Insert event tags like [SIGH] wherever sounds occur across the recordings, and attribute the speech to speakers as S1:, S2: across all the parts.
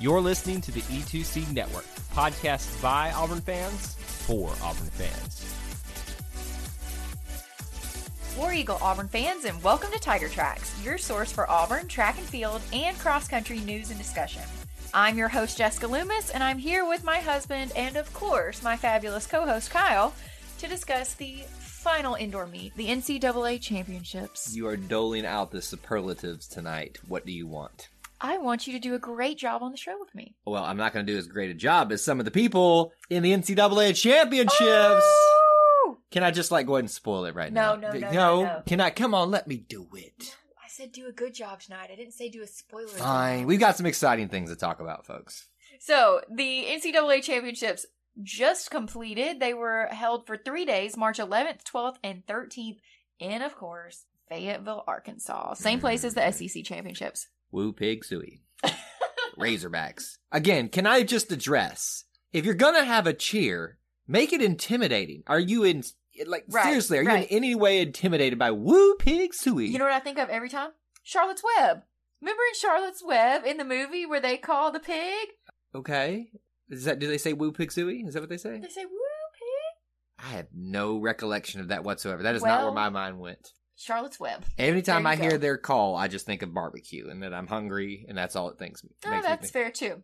S1: You're listening to the E2C Network, podcasts by Auburn fans for Auburn fans.
S2: War Eagle Auburn fans, and welcome to Tiger Tracks, your source for Auburn track and field and cross country news and discussion. I'm your host, Jessica Loomis, and I'm here with my husband and, of course, my fabulous co host, Kyle, to discuss the final indoor meet, the NCAA Championships.
S3: You are doling out the superlatives tonight. What do you want?
S2: I want you to do a great job on the show with me.
S3: Well, I'm not going to do as great a job as some of the people in the NCAA championships.
S2: Oh!
S3: Can I just like go ahead and spoil it right
S2: No,
S3: now?
S2: no, no,
S3: no.
S2: no, no.
S3: Can I? Come on, let me do it.
S2: I said do a good job tonight. I didn't say do a spoiler.
S3: Fine. We've got some exciting things to talk about, folks.
S2: So the NCAA championships just completed. They were held for three days, March 11th, 12th, and 13th, in of course Fayetteville, Arkansas,
S3: Mm-hmm.
S2: same place as the SEC championships.
S3: Woo
S2: [LAUGHS]
S3: pig suey. Razorbacks. Again, can I just address? If you're going to have a cheer, make it intimidating. Are you in? Like
S2: Right,
S3: seriously, are you
S2: right.
S3: in any way intimidated by woo pig suey?
S2: You know what I think of every time? Charlotte's Web. Remember in Charlotte's Web in the movie where they call the pig?
S3: Okay. Is that do they say woo pig suey? Is that what they say?
S2: They say woo pig.
S3: I have no recollection of that whatsoever. That is not
S2: Well-
S3: where my mind went.
S2: Charlotte's Web.
S3: Anytime
S2: There
S3: I
S2: you
S3: hear
S2: go.
S3: their call, I just think of barbecue and that I'm hungry and that's all it thinks me.
S2: Oh,
S3: makes me
S2: that's
S3: think.
S2: fair too.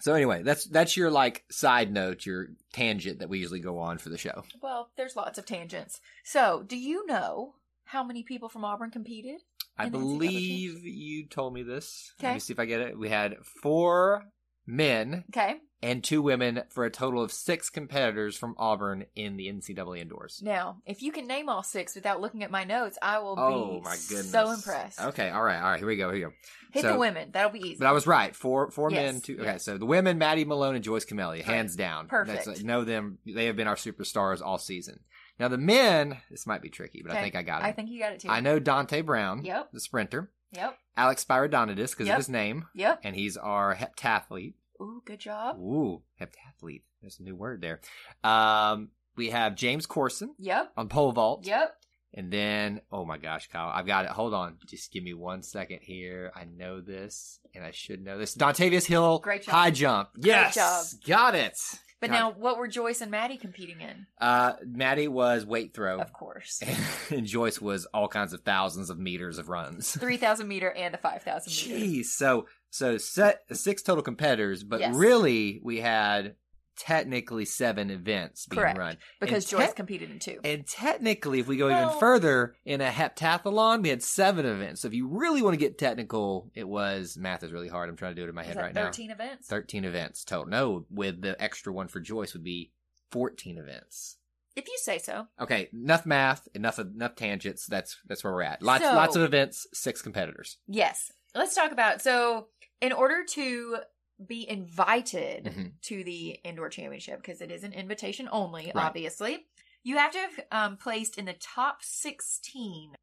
S3: So anyway, that's that's your like side note, your tangent that we usually go on for the show.
S2: Well, there's lots of tangents. So, do you know how many people from Auburn competed?
S3: I
S2: And that's the other
S3: believe you told me this. Let
S2: Okay.
S3: me see if I get it. We had four men
S2: Okay.
S3: and two women for a total of six competitors from Auburn in the NCAA indoors.
S2: Now, if you can name all six without looking at my notes, I will
S3: Oh
S2: be
S3: my goodness.
S2: so impressed.
S3: Okay, all right, all right, here we go, here we go.
S2: Hit
S3: So-
S2: the women. That'll be easy.
S3: But I was right. Four four
S2: Yes,
S3: men. Two,
S2: yeah.
S3: Okay, so the women, Maddie Malone and Joyce Camellia, hands down.
S2: Perfect.
S3: That's, uh, know them. They have been our superstars all season. Now the men. This might be tricky, but I
S2: Okay.
S3: think I got it.
S2: I think you got it too.
S3: I know Dante Brown.
S2: Yep.
S3: The sprinter.
S2: Yep.
S3: Alex Spyridonidis because
S2: Yep.
S3: of his name,
S2: Yep.
S3: and he's our heptathlete.
S2: Ooh, good job.
S3: Ooh, heptathlete. There's a new word there. Um, we have James Corson
S2: Yep.
S3: on pole vault.
S2: Yep.
S3: And then, oh my gosh, Kyle, I've got it. Hold on. Just give me one second here. I know this, and I should know this. Dontavius Hill,
S2: Great job.
S3: high jump. Yes.
S2: job.
S3: Got it.
S2: But
S3: Got
S2: now, what were Joyce and Maddie competing in?
S3: it. Uh, Maddie was weight throw,
S2: Of course.
S3: [LAUGHS] and Joyce was all kinds of thousands of meters of runs.
S2: 3,000 meter and a 5,000 meter.
S3: Jeez. So, so set six total competitors, but
S2: Yes.
S3: really, we had technically seven events being
S2: Correct.
S3: run
S2: Because
S3: And
S2: Joyce
S3: tech-
S2: competed in two.
S3: And technically, if we go
S2: Well-
S3: even further, in a heptathlon, we had seven events. So if you really want to get technical, it was math is really hard. I'm trying to do it in my
S2: Is
S3: head
S2: that
S3: right
S2: 13
S3: now.
S2: events?
S3: 13 events total. No, with the extra one for Joyce would be 14 events.
S2: If you say so.
S3: Okay, enough math, enough enough tangents. That's that's where we're at. Lots
S2: So-
S3: lots of events, six competitors.
S2: Yes. Let's talk about so in order to be invited
S3: Mhm.
S2: to the indoor championship because it is an invitation only,
S3: Right.
S2: obviously. You have to have um, placed in the top 16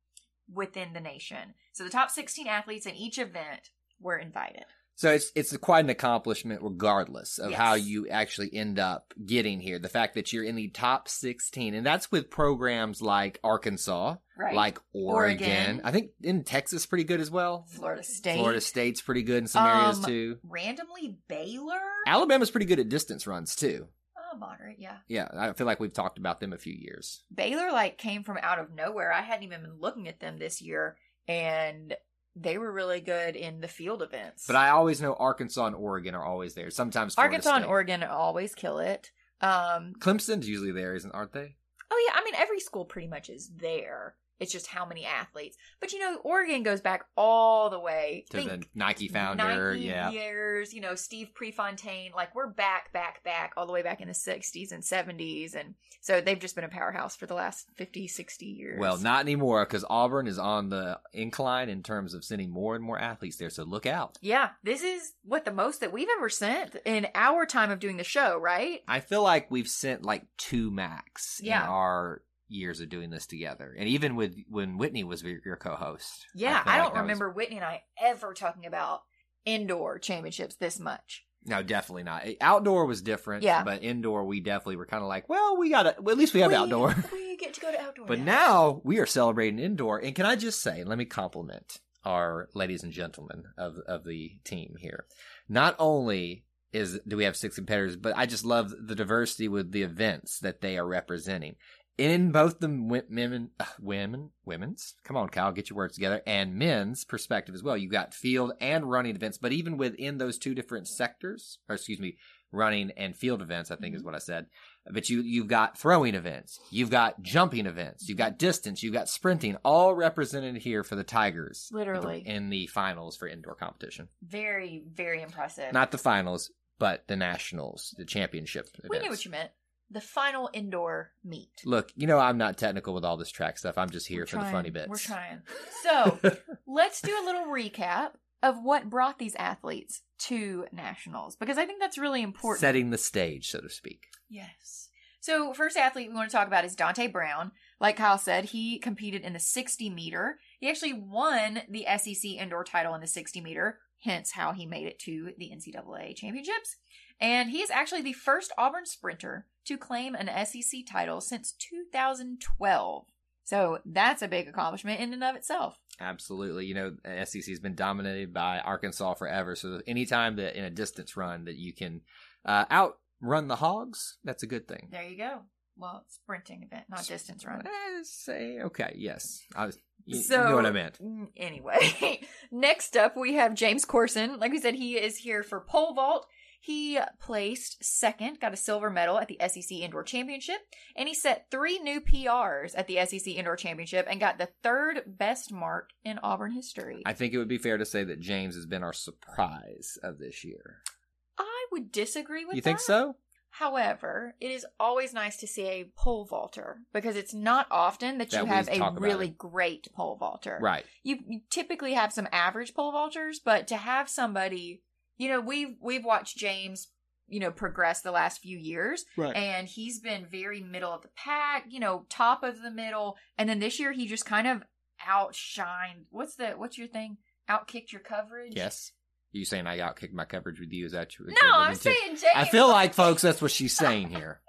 S2: within the nation. So the top 16 athletes in each event were invited.
S3: So it's it's quite an accomplishment, regardless of
S2: Yes.
S3: how you actually end up getting here. The fact that you're in the top 16, and that's with programs like Arkansas,
S2: Right.
S3: like Oregon.
S2: Oregon.
S3: I think in Texas pretty good as well.
S2: Florida State.
S3: Florida State's pretty good in some areas
S2: Um,
S3: too.
S2: Randomly Baylor?
S3: Alabama's pretty good at distance runs too.
S2: oh, moderate, yeah.
S3: Yeah, I feel like we've talked about them a few years.
S2: Baylor like came from out of nowhere. I hadn't even been looking at them this year and they were really good in the field events.
S3: But I always know Arkansas and Oregon are always there. Sometimes Florida
S2: Arkansas and
S3: State.
S2: Oregon always kill it. Um,
S3: Clemson's usually there, isn't aren't they?
S2: oh yeah, I mean every school pretty much is there. It's just how many athletes. But you know, Oregon goes back all the way.
S3: to
S2: Think
S3: the Nike founder.
S2: 90
S3: yeah.
S2: years, you know, Steve Prefontaine, like we're back, back, back, all the way back in the 60s and 70s. And so they've just been a powerhouse for the last 50, 60 years.
S3: Well, not anymore because Auburn is on the incline in terms of sending more and more athletes there. So look out.
S2: Yeah, this is what the most that we've ever sent in our time of doing the show, right?
S3: I feel like we've sent like two max
S2: Yeah.
S3: in our years of doing this together, and even with when Whitney was your, your co-host.
S2: Yeah,
S3: feel
S2: I,
S3: like
S2: don't
S3: that was-
S2: remember Whitney and I ever talking about indoor championships this much.
S3: no, definitely not. Outdoor was different.
S2: Yeah.
S3: but indoor we definitely were kind of like, well, we got to well, at least we have outdoor.
S2: [LAUGHS] We get to go to outdoor.
S3: But now we are celebrating indoor. And can I just say, let me compliment our ladies and gentlemen of of the team here. Not only is do we have six competitors, but I just love the diversity with the events that they are representing. In both the wi- women, ugh, women, women's, come on, Kyle, get your words together, and men's perspective as well. You got field and running events, but even within those two different sectors, or excuse me, running and field events, I think
S2: Mm-hmm.
S3: is what I said but you you've got throwing events, you've got jumping events, you've got distance, you've got sprinting, all represented here for the Tigers,
S2: Literally.
S3: in the finals for indoor competition.
S2: Very, very impressive.
S3: Not the finals, but the nationals, the championship.
S2: we
S3: events.
S2: knew what you meant. The final indoor meet.
S3: Look, you know I'm not technical with all this track stuff. I'm just here
S2: We're
S3: for the
S2: trying.
S3: funny bits.
S2: We're trying. So
S3: [LAUGHS]
S2: let's do a little recap of what brought these athletes to nationals because I think that's really important.
S3: Setting the stage, so to speak.
S2: Yes. So, first athlete we want to talk about is Dante Brown. Like Kyle said, he competed in the 60 meter. He actually won the SEC indoor title in the 60 meter, hence how he made it to the NCAA championships. And he is actually the first Auburn sprinter to claim an SEC title since 2012. So, that's a big accomplishment in and of itself.
S3: Absolutely. You know, SEC has been dominated by Arkansas forever. So anytime that in a distance run that you can uh, outrun the hogs, that's a good thing.
S2: There you go. Well, sprinting event, not distance run.
S3: Eh, say okay, yes. I was, you,
S2: So,
S3: you know what I meant.
S2: mm, Anyway, [LAUGHS] next up we have James Corson. Like we said, he is here for pole vault. He placed second, got a silver medal at the SEC Indoor Championship, and he set three new PRs at the SEC Indoor Championship and got the third best mark in Auburn history.
S3: I think it would be fair to say that James has been our surprise of this year.
S2: I would disagree with
S3: you think
S2: that.
S3: so?
S2: However, it is always nice to see a pole vaulter because it's not often that,
S3: That
S2: you
S3: we
S2: have a
S3: talk about
S2: really
S3: it.
S2: great pole vaulter.
S3: Right.
S2: you, you typically have some average pole vaulters, but to have somebody, you know, we've we've watched James, you know, progress the last few years,
S3: Right.
S2: and he's been very middle of the pack, you know, top of the middle, and then this year he just kind of outshined. What's the what's your thing? Outkicked your coverage?
S3: Yes. You saying I outkicked my coverage with you? Is that you?
S2: No,
S3: is that what
S2: I'm
S3: you did?
S2: saying James.
S3: I feel like, folks, that's what she's saying here.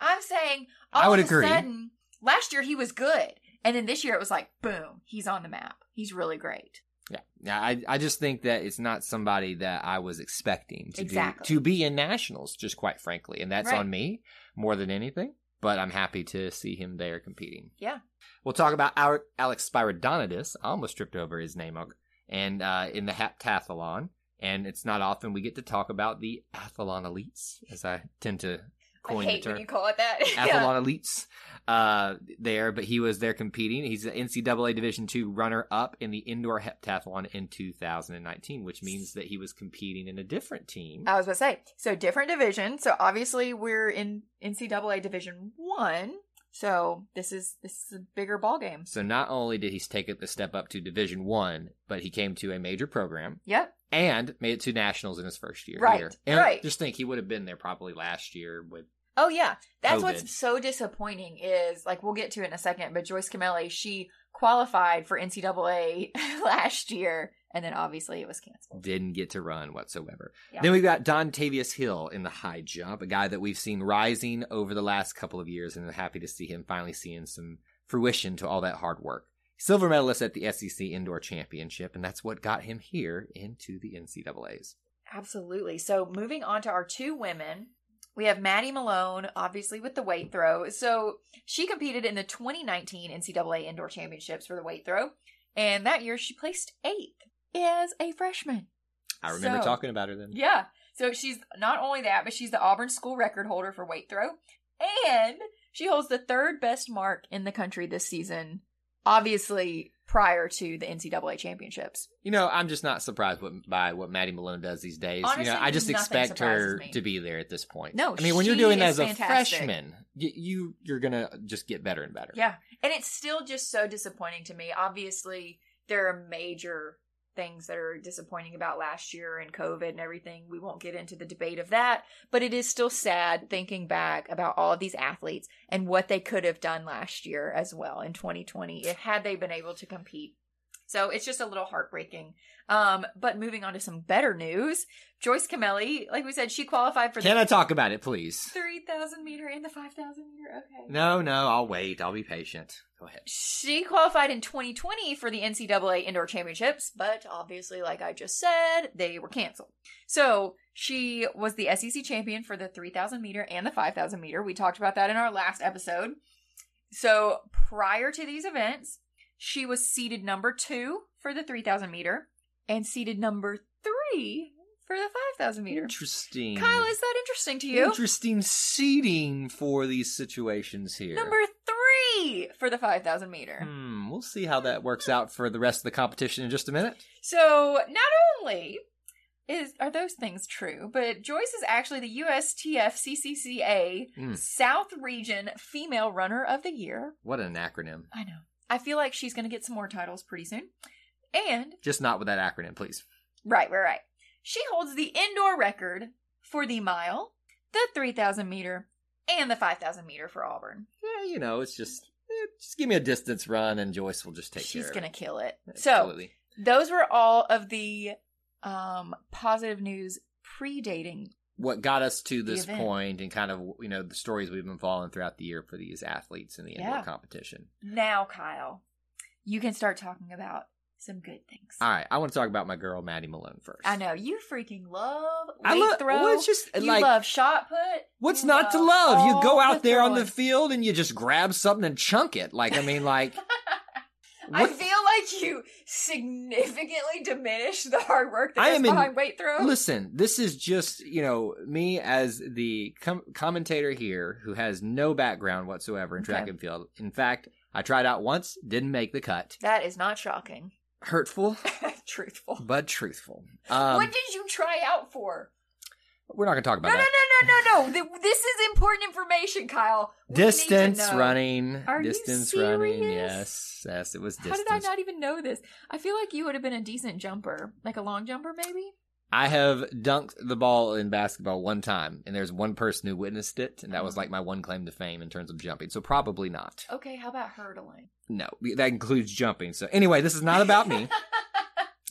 S2: I'm saying all
S3: I would
S2: of a
S3: agree.
S2: sudden last year he was good, and then this year it was like boom, he's on the map. He's really great.
S3: Yeah. Yeah. I, I just think that it's not somebody that I was expecting to
S2: Exactly.
S3: do, to be in nationals, just quite frankly, and that's
S2: Right.
S3: on me more than anything. But I'm happy to see him there competing.
S2: Yeah.
S3: We'll talk about our Alex Spyridonidis. I almost tripped over his name, and uh, in the heptathlon. And it's not often we get to talk about the athlon elites, as I tend to coin
S2: I hate
S3: the term.
S2: when you call it that. Yeah.
S3: Athlon elites uh, there, but he was there competing. He's the NCAA Division II runner up in the indoor heptathlon in 2019, which means that he was competing in a different team.
S2: I was about to say, so different division. So obviously we're in NCAA Division One. So this is this is a bigger ball game.
S3: So not only did he take it the step up to Division One, but he came to a major program.
S2: Yep.
S3: and made it to nationals in his first year.
S2: Right,
S3: here. And
S2: right.
S3: Just think he would have been there probably last year with
S2: Oh yeah, that's
S3: COVID.
S2: what's so disappointing is like we'll get to it in a second. But Joyce Camelli, she qualified for NCAA [LAUGHS] last year, and then obviously it was canceled.
S3: didn't get to run whatsoever.
S2: Yeah.
S3: Then we've got Don Tavius Hill in the high jump, a guy that we've seen rising over the last couple of years, and I'm happy to see him finally seeing some fruition to all that hard work. Silver medalist at the SEC Indoor Championship, and that's what got him here into the NCAAs.
S2: Absolutely. So moving on to our two women, we have Maddie Malone, obviously with the weight throw. So she competed in the 2019 NCAA Indoor Championships for the weight throw, and that year she placed eighth as a freshman.
S3: I remember
S2: So-
S3: talking about her then.
S2: Yeah. So she's not only that, but she's the Auburn school record holder for weight throw, and she holds the third best mark in the country this season obviously prior to the NCAA championships.
S3: You know, I'm just not surprised what, by what Maddie Malone does these days. you
S2: Honestly,
S3: know, I just
S2: nothing
S3: expect her
S2: surprises me.
S3: to be there at this point.
S2: No,
S3: I mean, when you're
S2: she
S3: doing
S2: is
S3: that as a
S2: fantastic.
S3: freshman, you, you you're gonna just get better and better.
S2: Yeah. And it's still just so disappointing to me. Obviously, there are major things that are disappointing about last year and COVID and everything. We won't get into the debate of that, but it is still sad thinking back about all of these athletes and what they could have done last year as well in 2020 if had they been able to compete. So it's just a little heartbreaking. Um, but moving on to some better news, Joyce Camelli, like we said, she qualified for
S3: Can
S2: the
S3: I talk about it, please?
S2: 3,000 meter and the 5,000 meter. Okay.
S3: No, no, I'll wait. I'll be patient. Go ahead.
S2: She qualified in 2020 for the NCAA Indoor Championships, but obviously, like I just said, they were canceled. So she was the SEC champion for the 3,000 meter and the 5,000 meter. We talked about that in our last episode. So prior to these events, she was seeded number two for the 3,000 meter and seeded number three for the 5,000 meter.
S3: Interesting.
S2: Kyle, is that interesting to you?
S3: Interesting seating for these situations here.
S2: Number three for the 5,000 meter.
S3: Hmm, we'll see how that works out for the rest of the competition in just a minute.
S2: So not only is are those things true, but Joyce is actually the USTF CCCA
S3: Mm.
S2: South Region Female Runner of the Year.
S3: What an acronym.
S2: I know. I feel like she's going to get some more titles pretty soon. And
S3: Just not with that acronym, please.
S2: right, right, right. She holds the indoor record for the mile, the 3,000 meter, and the 5,000 meter for Auburn.
S3: Yeah, you know, it's just eh, just give me a distance run and Joyce will just take
S2: she's
S3: care
S2: going to
S3: of it.
S2: kill it. So
S3: Absolutely.
S2: those were all of the um, positive news predating
S3: what got us to
S2: The
S3: this
S2: event.
S3: point and kind of you know the stories we've been following throughout the year for these athletes in the indoor
S2: Yeah.
S3: competition.
S2: Now, Kyle, you can start talking about some good things.
S3: All right, I want to talk about my girl Maddie Malone first.
S2: I know you freaking love weight
S3: I love
S2: throw.
S3: well, it's just
S2: you
S3: like
S2: love shot put.
S3: what's
S2: You
S3: not to love? You
S2: all
S3: go out there on the
S2: throwing.
S3: field and you just grab something and chunk it. Like I mean,
S2: [LAUGHS]
S3: like
S2: I
S3: what-
S2: feel like you significantly diminish the hard work that
S3: I
S2: is
S3: am in-
S2: behind weight throw.
S3: Listen, this is just, you know, me as the com- commentator here who has no background whatsoever in track
S2: Okay.
S3: and field. In fact, I tried out once, didn't make the cut.
S2: That is not
S3: [LAUGHS]
S2: shocking. [LAUGHS]
S3: Hurtful,
S2: Truthful.
S3: but truthful. Um,
S2: what did you try out for?
S3: we're not going to talk
S2: No,
S3: about
S2: no, no,
S3: that.
S2: no, no, no. Th- This is important information, Kyle. We need to
S3: Distance
S2: know.
S3: running.
S2: Are you
S3: distance running.
S2: serious?
S3: Yes. Yes, it was
S2: How
S3: distance.
S2: did I not even know this? I feel like you would have been a decent jumper, like a long jumper, maybe.
S3: I have dunked the ball in basketball one time, and there's one person who witnessed it, and that
S2: Mm-hmm.
S3: was like my one claim to fame in terms of jumping. So probably not.
S2: Okay, how about hurdling?
S3: No, that includes jumping. So anyway, this is not
S2: [LAUGHS]
S3: about me.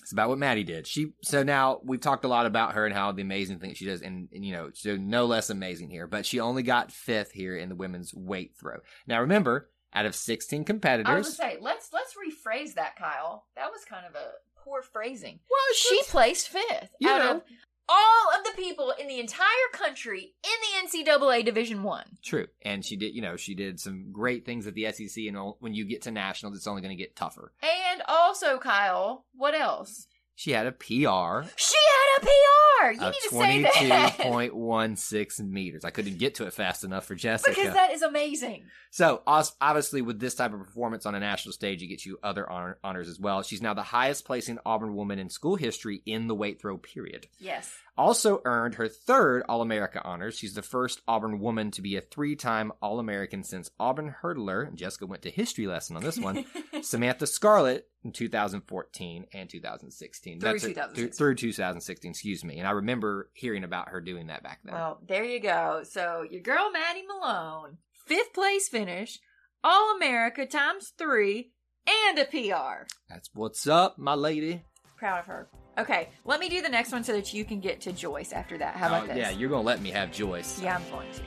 S3: it's about what Maddie did. She so now we've talked a lot about her and how the amazing thing she does, and, and, you know, so no less amazing here. But she only got fifth here in the women's weight throw. Now remember, out of sixteen
S2: I was
S3: competitors,
S2: gonna say let's let's rephrase that, Kyle. That was kind of a poor phrasing.
S3: well,
S2: She placed fifth
S3: You
S2: out
S3: know.
S2: of all of the people in the entire country in the NCAA Division One.
S3: True, and she did. You know, she did some great things at the SEC, and all- when you get to nationals, it's only going to get tougher.
S2: And also, Kyle, what else?
S3: She had a PR
S2: She had a PR. You
S3: of
S2: need to say
S3: twenty-two
S2: that
S3: point one six meters. I couldn't get to it fast enough for Jessica.
S2: [LAUGHS] because that is amazing.
S3: So os- obviously, with this type of performance on a national stage, it gets you other honor- honors as well. She's now the highest placing Auburn woman in school history in the weight throw period.
S2: Yes.
S3: Also earned her third All America honors. She's the first Auburn woman to be a three time All American since Auburn hurdler. and Jessica went to history lesson on this
S2: [LAUGHS]
S3: one. Samantha Scarlett in 2014 and 2016.
S2: Through
S3: it. Through-
S2: 2016.
S3: through 2016, excuse me. And I remember hearing about her doing that back then.
S2: Well, there you go. So your girl Maddie Malone, fifth place finish, All America times three, and a PR.
S3: That's what's up, my lady.
S2: Proud of her. Okay, let me do the next one so that you can get to Joyce after that. How about
S3: Oh,
S2: this?
S3: Yeah, you're going to let me have Joyce.
S2: yeah, I'm going to.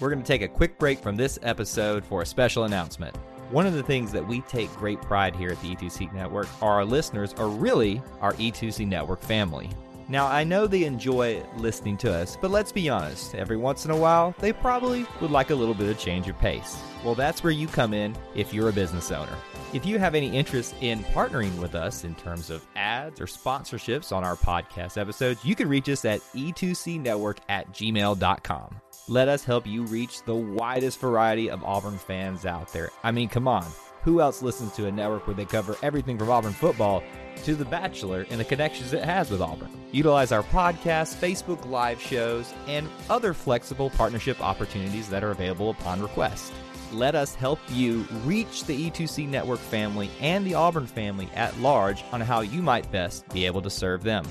S1: We're going to take a quick break from this episode for a special announcement. One of the things that we take great pride here at the E2C Network are our listeners are really our E2C Network family. Now, I know they enjoy listening to us, but let's be honest, every once in a while, they probably would like a little bit of change of pace. Well, that's where you come in if you're a business owner. If you have any interest in partnering with us in terms of ads or sponsorships on our podcast episodes, you can reach us at e e2cnetwork at gmail.com. Let us help you reach the widest variety of Auburn fans out there. I mean, come on. Who else listens to a network where they cover everything from Auburn football to The Bachelor and the connections it has with Auburn? Utilize our podcasts, Facebook live shows, and other flexible partnership opportunities that are available upon request. Let us help you reach the E2C Network family and the Auburn family at large on how you might best be able to serve them.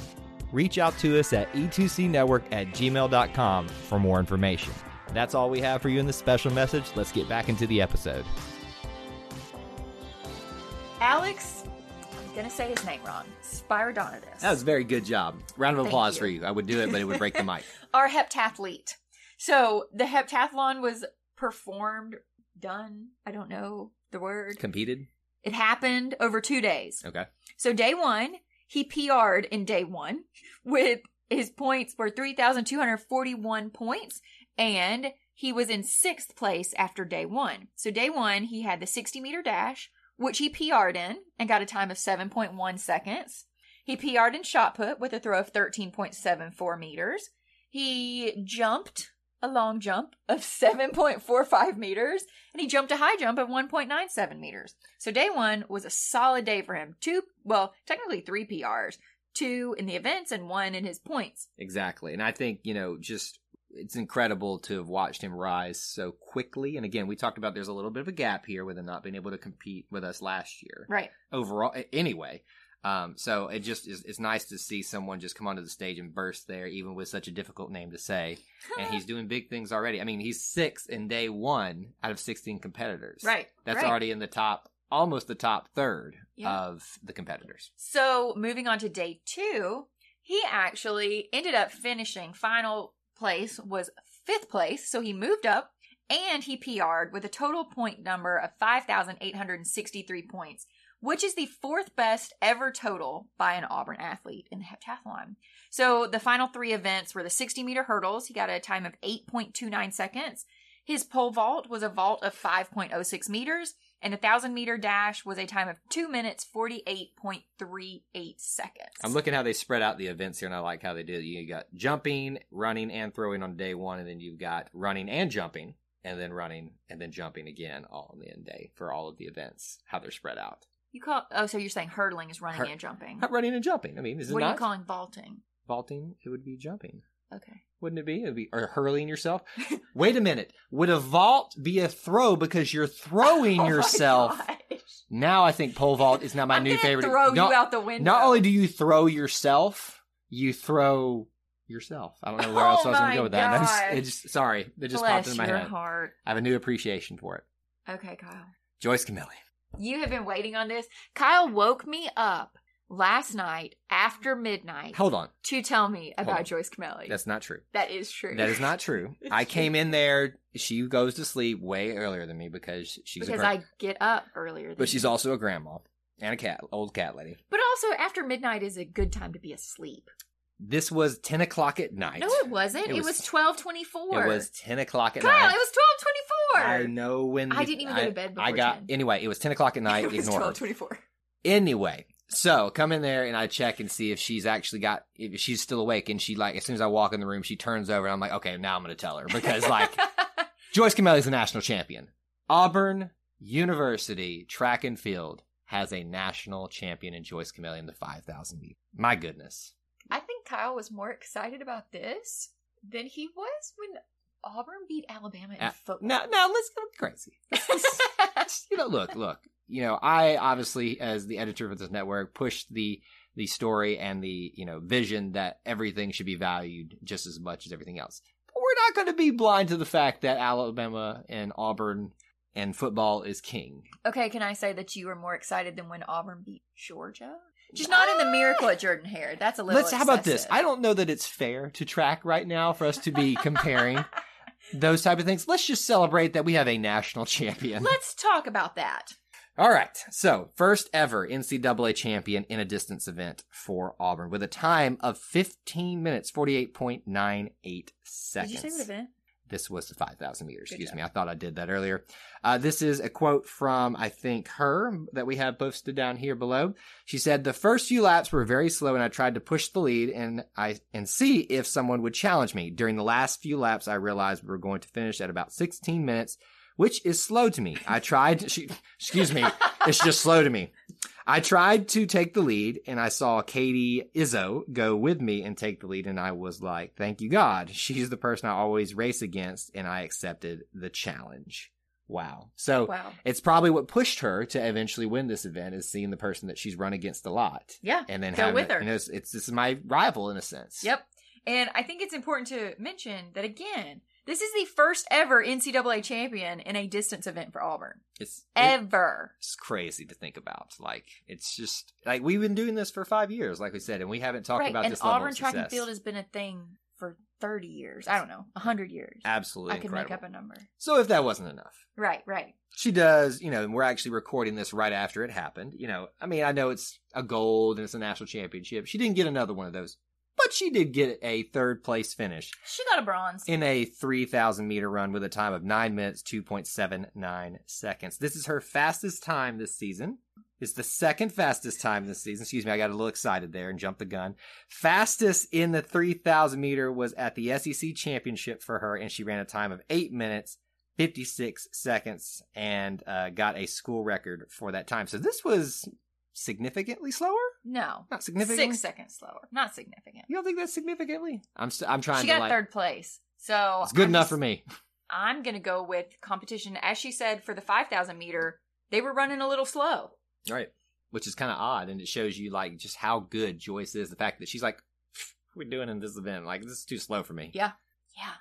S1: Reach out to us at E e2cnetwork at gmail.com for more information. That's all we have for you in this special message. Let's get back into the episode.
S2: Alex, I'm going to say his name wrong. Spiridonidis.
S3: That was a very good job. Round of
S2: Thank
S3: applause
S2: you.
S3: for you. I would do it, but it would break
S2: [LAUGHS]
S3: the mic.
S2: our heptathlete. So the heptathlon was performed, done. I don't know the word.
S3: Competed.
S2: It happened over two days.
S3: Okay.
S2: So day one, he PR'd in day one with his points were 3,241 points and he was in sixth place after day one. So day one, he had the 60 meter dash, which he PR'd in and got a time of 7.1 seconds. He PR'd in shot put with a throw of 13.74 meters. He jumped a long jump of [LAUGHS] 7.45 meters and he jumped a high jump of 1.97 meters. So day one was a solid day for him. Two, well, technically three PRs, two in the events and one in his points.
S3: Exactly. And I think, you know, just it's incredible to have watched him rise so quickly. And again, we talked about there's a little bit of a gap here with him not being able to compete with us last year.
S2: Right.
S3: Overall, a- anyway. Um, so it just is, it's nice to see someone just come onto the stage and burst there, even with such a difficult name to say. and he's doing big things already. I mean, he's sixth in day one out of 16 competitors.
S2: right.
S3: That's
S2: right.
S3: already in the top, almost the top third
S2: Yeah.
S3: of the competitors.
S2: So moving on to day two, he actually ended up finishing final place was fifth place. So he moved up and he PR'd with a total point number of 5,863 points, which is the fourth best ever total by an Auburn athlete in the heptathlon. So the final three events were the 60 meter hurdles. He got a time of 8.29 seconds. His pole vault was a vault of 5.06 meters, and the 1,000 meter dash was a time of 2 minutes 48.38 seconds.
S3: I'm looking how they spread out the events here, and I like how they did. it. You got jumping, running, and throwing on day one, and then you've got running and jumping, and then running and then jumping again all on the end day for all of the events. How they're spread out.
S2: You call oh, so you're saying hurdling is running
S3: Hur-
S2: and jumping.
S3: Not running and jumping. I mean, is it
S2: what
S3: not
S2: are you calling vaulting?
S3: vaulting? It would be jumping, [LAUGHS]
S2: Okay.
S3: wouldn't it be? It'd be or hurling yourself. [LAUGHS] Wait a minute. Would a vault be a throw because you're
S2: [LAUGHS]
S3: throwing
S2: Oh my
S3: yourself?
S2: gosh.
S3: Now I think pole vault is now my
S2: I'm
S3: new
S2: gonna
S3: favorite.
S2: Throw
S3: Not-
S2: you out the window.
S3: Not only do you throw yourself, you throw yourself. I don't know where
S2: Oh
S3: else I was going
S2: my
S3: to go with that. [LAUGHS] I'm just-
S2: gosh.
S3: it just sorry, it just
S2: Bless
S3: popped in my
S2: your
S3: head.
S2: heart.
S3: I have a new appreciation for it.
S2: Okay, Kyle.
S3: Joyce Camilli.
S2: You have been waiting on this. Kyle woke me up last night after midnight
S3: Hold on,
S2: to tell me
S3: Hold on.
S2: about Joyce Camelli.
S3: that's not true.
S2: that is true. [LAUGHS]
S3: That is not true. I came in there. She goes to sleep way earlier than me because she's a
S2: because
S3: gra-
S2: I get up earlier. Than
S3: but she's
S2: you.
S3: also a grandma and a cat, old cat lady.
S2: But also, after midnight is a good time to be asleep.
S3: This was ten o'clock at night.
S2: No, it wasn't.
S3: It
S2: It,
S3: was-
S2: was twelve twenty four.
S3: It was ten o'clock at
S2: Kyle.
S3: night.
S2: It was twelve
S3: I
S2: twenty four.
S3: know when
S2: I
S3: the-
S2: didn't even go to bed
S3: I
S2: before
S3: got
S2: 10.
S3: anyway. It was ten o'clock at night.
S2: [LAUGHS] It was
S3: Ignore her.
S2: twelve twenty four.
S3: Anyway, so come in there and I check and see if she's actually got if she's still awake. And she like as soon as I walk in the room, she turns over and I'm like, okay, now I'm gonna tell her because
S2: [LAUGHS]
S3: like Joyce Camelli's a national champion. Auburn University track and field has a national champion in Joyce Camelli in the 5,000 meter. My goodness.
S2: I think Kyle was more excited about this than he was when Auburn beat Alabama in
S3: Uh,
S2: football.
S3: Now, now let's go crazy. you know, look, look. You know, I obviously, as the editor of this network, pushed the the story and the you know vision that everything should be valued just as much as everything else. But we're not going to be blind to the fact that Alabama and Auburn and football is king.
S2: [LAUGHS] okay, can I say that you were more excited than when Auburn beat Georgia? Just not in the miracle at Jordan Hare. That's a little.
S3: Let's. How about this?
S2: excessive.
S3: I don't know that it's fair to track right now for us to be
S2: [LAUGHS]
S3: comparing those type of things. Let's just celebrate that we have a national champion.
S2: Let's talk about that.
S3: All right. So, first ever NCAA champion in a distance event for Auburn with a time of 15 minutes, 48.98 seconds.
S2: Did you say what event?
S3: This was the 5,000 meters. Excuse me. I thought I did that earlier. Uh, this is a quote from, I think, her that we have posted down here below. She said, The first few laps were very slow and I tried to push the lead and I and see if someone would challenge me. During the last few laps, I realized we were going to finish at about 16 minutes, which is slow to me. I tried, she, excuse me, it's just slow to me. I tried to take the lead and I saw Katie Izzo go with me and take the lead and I was like, thank you God. She's the person I always race against and I accepted the challenge. Wow. So
S2: Wow.
S3: it's probably what pushed her to eventually win this event is seeing the person that she's run against a lot.
S2: Yeah,
S3: And then
S2: go
S3: having,
S2: with her.
S3: You know, it's, it's, this is my rival in a sense.
S2: Yep. And I think it's important to mention that again, this is the first ever NCAA champion in a distance event for Auburn.
S3: It's, it-
S2: Ever.
S3: it's crazy to think about. Like, it's just like we've been doing this for five years, like we said, and we haven't talked
S2: right.
S3: about
S2: and
S3: this level
S2: Auburn
S3: of
S2: track and
S3: success.
S2: field has been a thing for 30 years. I don't know, 100 years.
S3: Absolutely
S2: I can
S3: incredible.
S2: make up a number.
S3: So if that wasn't enough,
S2: Right, right.
S3: she does, you know, and we're actually recording this right after it happened. You know, I mean, I know it's a gold and it's a national championship. She didn't get another one of those, but she did get a third place finish
S2: She got a bronze.
S3: in a 3,000 meter run with a time of 9 minutes, 2.79 seconds. This is her fastest time this season. It's the second fastest time this season. Excuse me, I got a little excited there and jumped the gun. Fastest in the 3,000 meter was at the SEC Championship for her, and she ran a time of 8 minutes, 56 seconds, and uh, got a school record for that time. So this was significantly slower?
S2: no.
S3: Not significantly?
S2: Six seconds slower. Not significant.
S3: You don't think that's significantly? I'm, st- I'm trying
S2: She
S3: to
S2: got
S3: like.
S2: third place. So
S3: It's good
S2: I'm
S3: enough
S2: just-
S3: for me.
S2: I'm going to go with competition. As she said, for the 5,000 meter, they were running a little slow.
S3: Right. Which is kind of odd, and it shows you like just how good Joyce is. The fact that she's like, "Pfft, "What we're doing in this event, like this is too slow for me.
S2: Yeah. Yeah.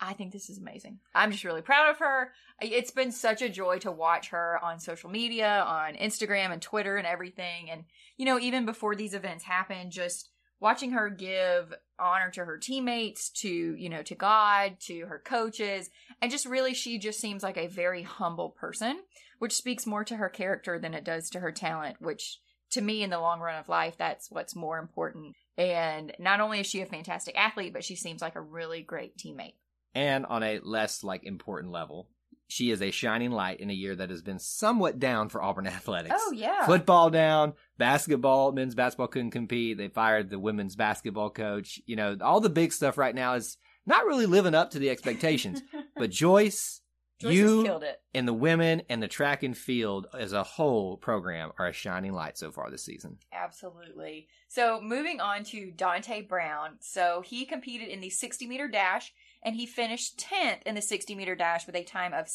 S2: I think this is amazing. I'm just really proud of her. It's been such a joy to watch her on social media, on Instagram and Twitter and everything. And, you know, even before these events happen, just watching her give honor to her teammates, to, you know, to God, to her coaches. And just really, she just seems like a very humble person, which speaks more to her character than it does to her talent, which to me in the long run of life, that's what's more important. And not only is she a fantastic athlete, but she seems like a really great teammate.
S3: And on a less like important level, she is a shining light in a year that has been somewhat down for Auburn [LAUGHS] athletics.
S2: Oh, yeah.
S3: Football down, basketball, men's basketball couldn't compete. They fired the women's basketball coach. You know, all the big stuff right now is not really living up to
S2: [LAUGHS]
S3: the expectations. but Joyce,
S2: Joyce
S3: you
S2: has killed it.
S3: and the women and the track and field as a whole program are a shining light so far this season.
S2: Absolutely. So moving on to Dante Brown. So he competed in the 60 meter dash and he finished 10th in the 60 meter dash with a time of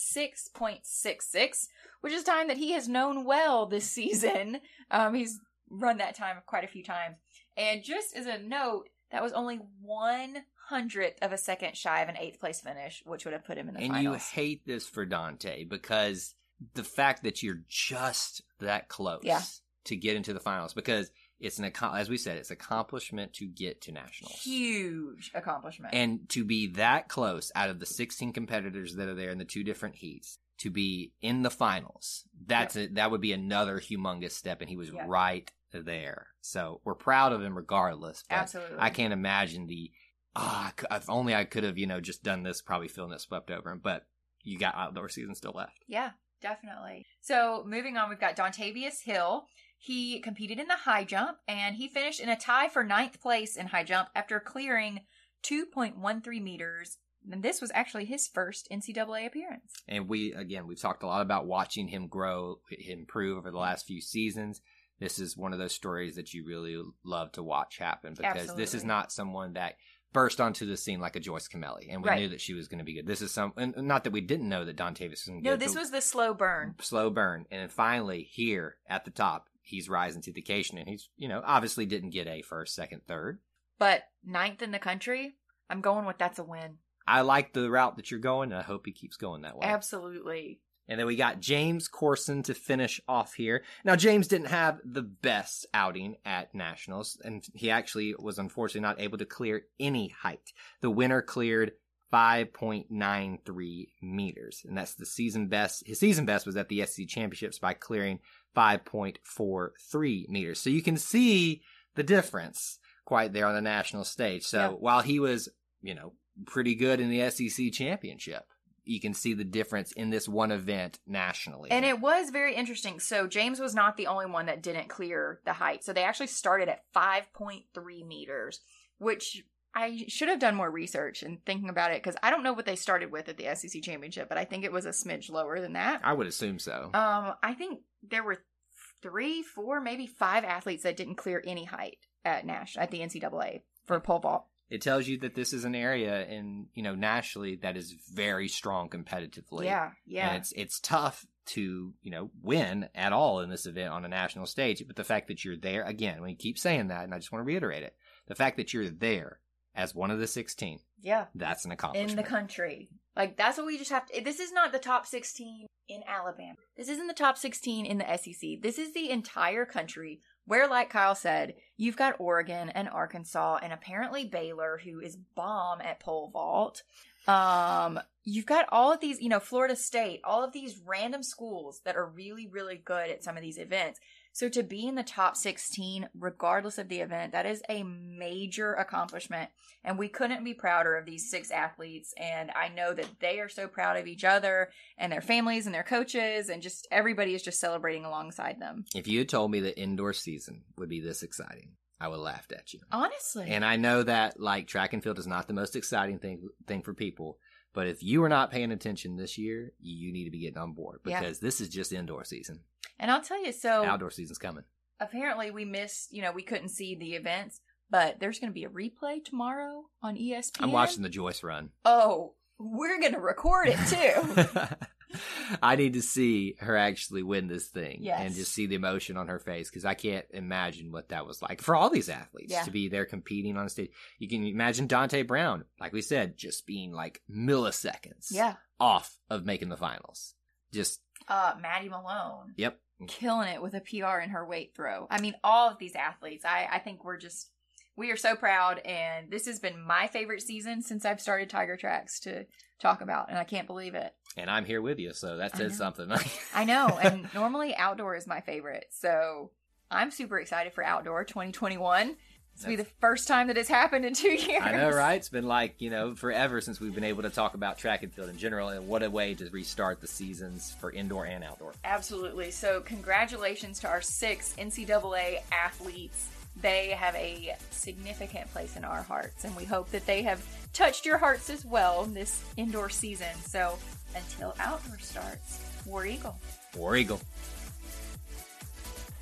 S2: 6.66, which is a time that he has known well this [LAUGHS] season. Um, he's run that time quite a few times. And just as a note, that was only one hundredth of a second shy of an eighth place finish, which would have put him in the
S3: and you
S2: finals.
S3: hate this for Dante because the fact that you're just that close
S2: Yeah.
S3: to get into the finals because it's an accom- as we said it's accomplishment to get to nationals.
S2: Huge accomplishment.
S3: And to be that close out of the 16 competitors that are there in the two different heats to be in the finals, that's a, that would be another humongous step. And he was
S2: Yeah.
S3: right there. So we're proud of him regardless. but
S2: Absolutely.
S3: uh, I can't imagine the, ah, I cou- if only I could have, you know, just done this, probably feeling it swept over him. But you got outdoor season still left.
S2: Yeah, definitely. So moving on, we've got Dontavius Hill. He competed in the high jump and he finished in a tie for ninth place in high jump after clearing 2.13 meters. And this was actually his first NCAA appearance.
S3: And we, again, we've talked a lot about watching him grow, him improve over the last few seasons. This is one of those stories that you really love to watch happen because this is
S2: Absolutely.
S3: not someone that burst onto the scene like a Joyce Camelli, and we
S2: Right.
S3: knew that she was going to be good. This is some, and not that we didn't know that Don Tavis was going to be
S2: No,
S3: good,
S2: this
S3: but
S2: was the slow burn.
S3: slow burn, and then finally here at the top, he's rising to the occasion, and he's you know obviously didn't get a first, second, third.
S2: But ninth in the country, I'm going with that's a win.
S3: I like the route that you're going, and I hope he keeps going that way.
S2: Absolutely.
S3: And then we got James Corson to finish off here. Now, James didn't have the best outing at Nationals, and he actually was unfortunately not able to clear any height. The winner cleared 5.93 meters, and that's the season best. His season best was at the SC Championships by clearing 5.43 meters. So you can see the difference quite there on the national stage. So
S2: Yeah.
S3: while he was, you know, pretty good in the SEC championship. You can see the difference in this one event nationally.
S2: And it was very interesting. So James was not the only one that didn't clear the height. So they actually started at 5.3 meters, which I should have done more research and thinking about it because I don't know what they started with at the SEC championship, but I think it was a smidge lower than that.
S3: I would assume so.
S2: Um, I think there were three, four, maybe five athletes that didn't clear any height at Nash at the NCAA for pole vault.
S3: it tells you that this is an area in you know nationally that is very strong competitively.
S2: Yeah,
S3: And
S2: yeah,
S3: it's it's tough to, you know, win at all in this event on a national stage. But the fact that you're there, again, we keep saying that, and I just want to reiterate it. The fact that you're there as one of the sixteen,
S2: yeah.
S3: that's an accomplishment.
S2: in the country. Like that's what we just have to. This is not the top 16 in Alabama. This isn't the top 16 in the SEC. This is the entire country where like Kyle said, you've got Oregon and Arkansas and apparently Baylor who is bomb at pole vault. Um you've got all of these, you know, Florida State, all of these random schools that are really really good at some of these events. So to be in the top 16 regardless of the event, that is a major accomplishment and we couldn't be prouder of these six athletes. And I know that they are so proud of each other and their families and their coaches, and just everybody is just celebrating alongside them.
S3: If you had told me that indoor season would be this exciting, I would have laughed at you.
S2: Honestly.
S3: And I know that like track and field is not the most exciting thing thing for people, but if you are not paying attention this year, you need to be getting on board
S2: Yeah.
S3: because this is just indoor season.
S2: and I'll tell you, so
S3: Outdoor season's coming.
S2: apparently we missed, you know, we couldn't see the events, but there's going to be a replay tomorrow on E ESPN.
S3: I'm watching the Joyce run.
S2: Oh, we're going to record it
S3: [LAUGHS]
S2: too.
S3: I need to see her actually win this thing
S2: Yes.
S3: and just see the emotion on her face because I can't imagine what that was like for all these athletes
S2: Yeah.
S3: to be there competing on stage. You can imagine Dante Brown, like we said, just being like milliseconds
S2: yeah.
S3: off of making the finals. Just,
S2: Uh, Maddie Malone.
S3: yep.
S2: killing it with a PR in her weight throw. I mean, all of these athletes, I, I think we're just, we are so proud. And this has been my favorite season since I've started Tiger Tracks to talk about. And I can't believe it.
S3: And I'm here with you, so that
S2: I
S3: says
S2: know.
S3: something. [LAUGHS]
S2: I know. And normally outdoor is my favorite. So I'm super excited for outdoor 2021. This will be the first time that it's happened in two years.
S3: I know, right? It's been like, you know, forever since we've been able to talk about track and field in general, and what a way to restart the seasons for indoor and outdoor.
S2: Absolutely. So, congratulations to our six NCAA athletes. They have a significant place in our hearts, and we hope that they have touched your hearts as well this indoor season. So, until outdoor starts, War Eagle.
S3: War Eagle.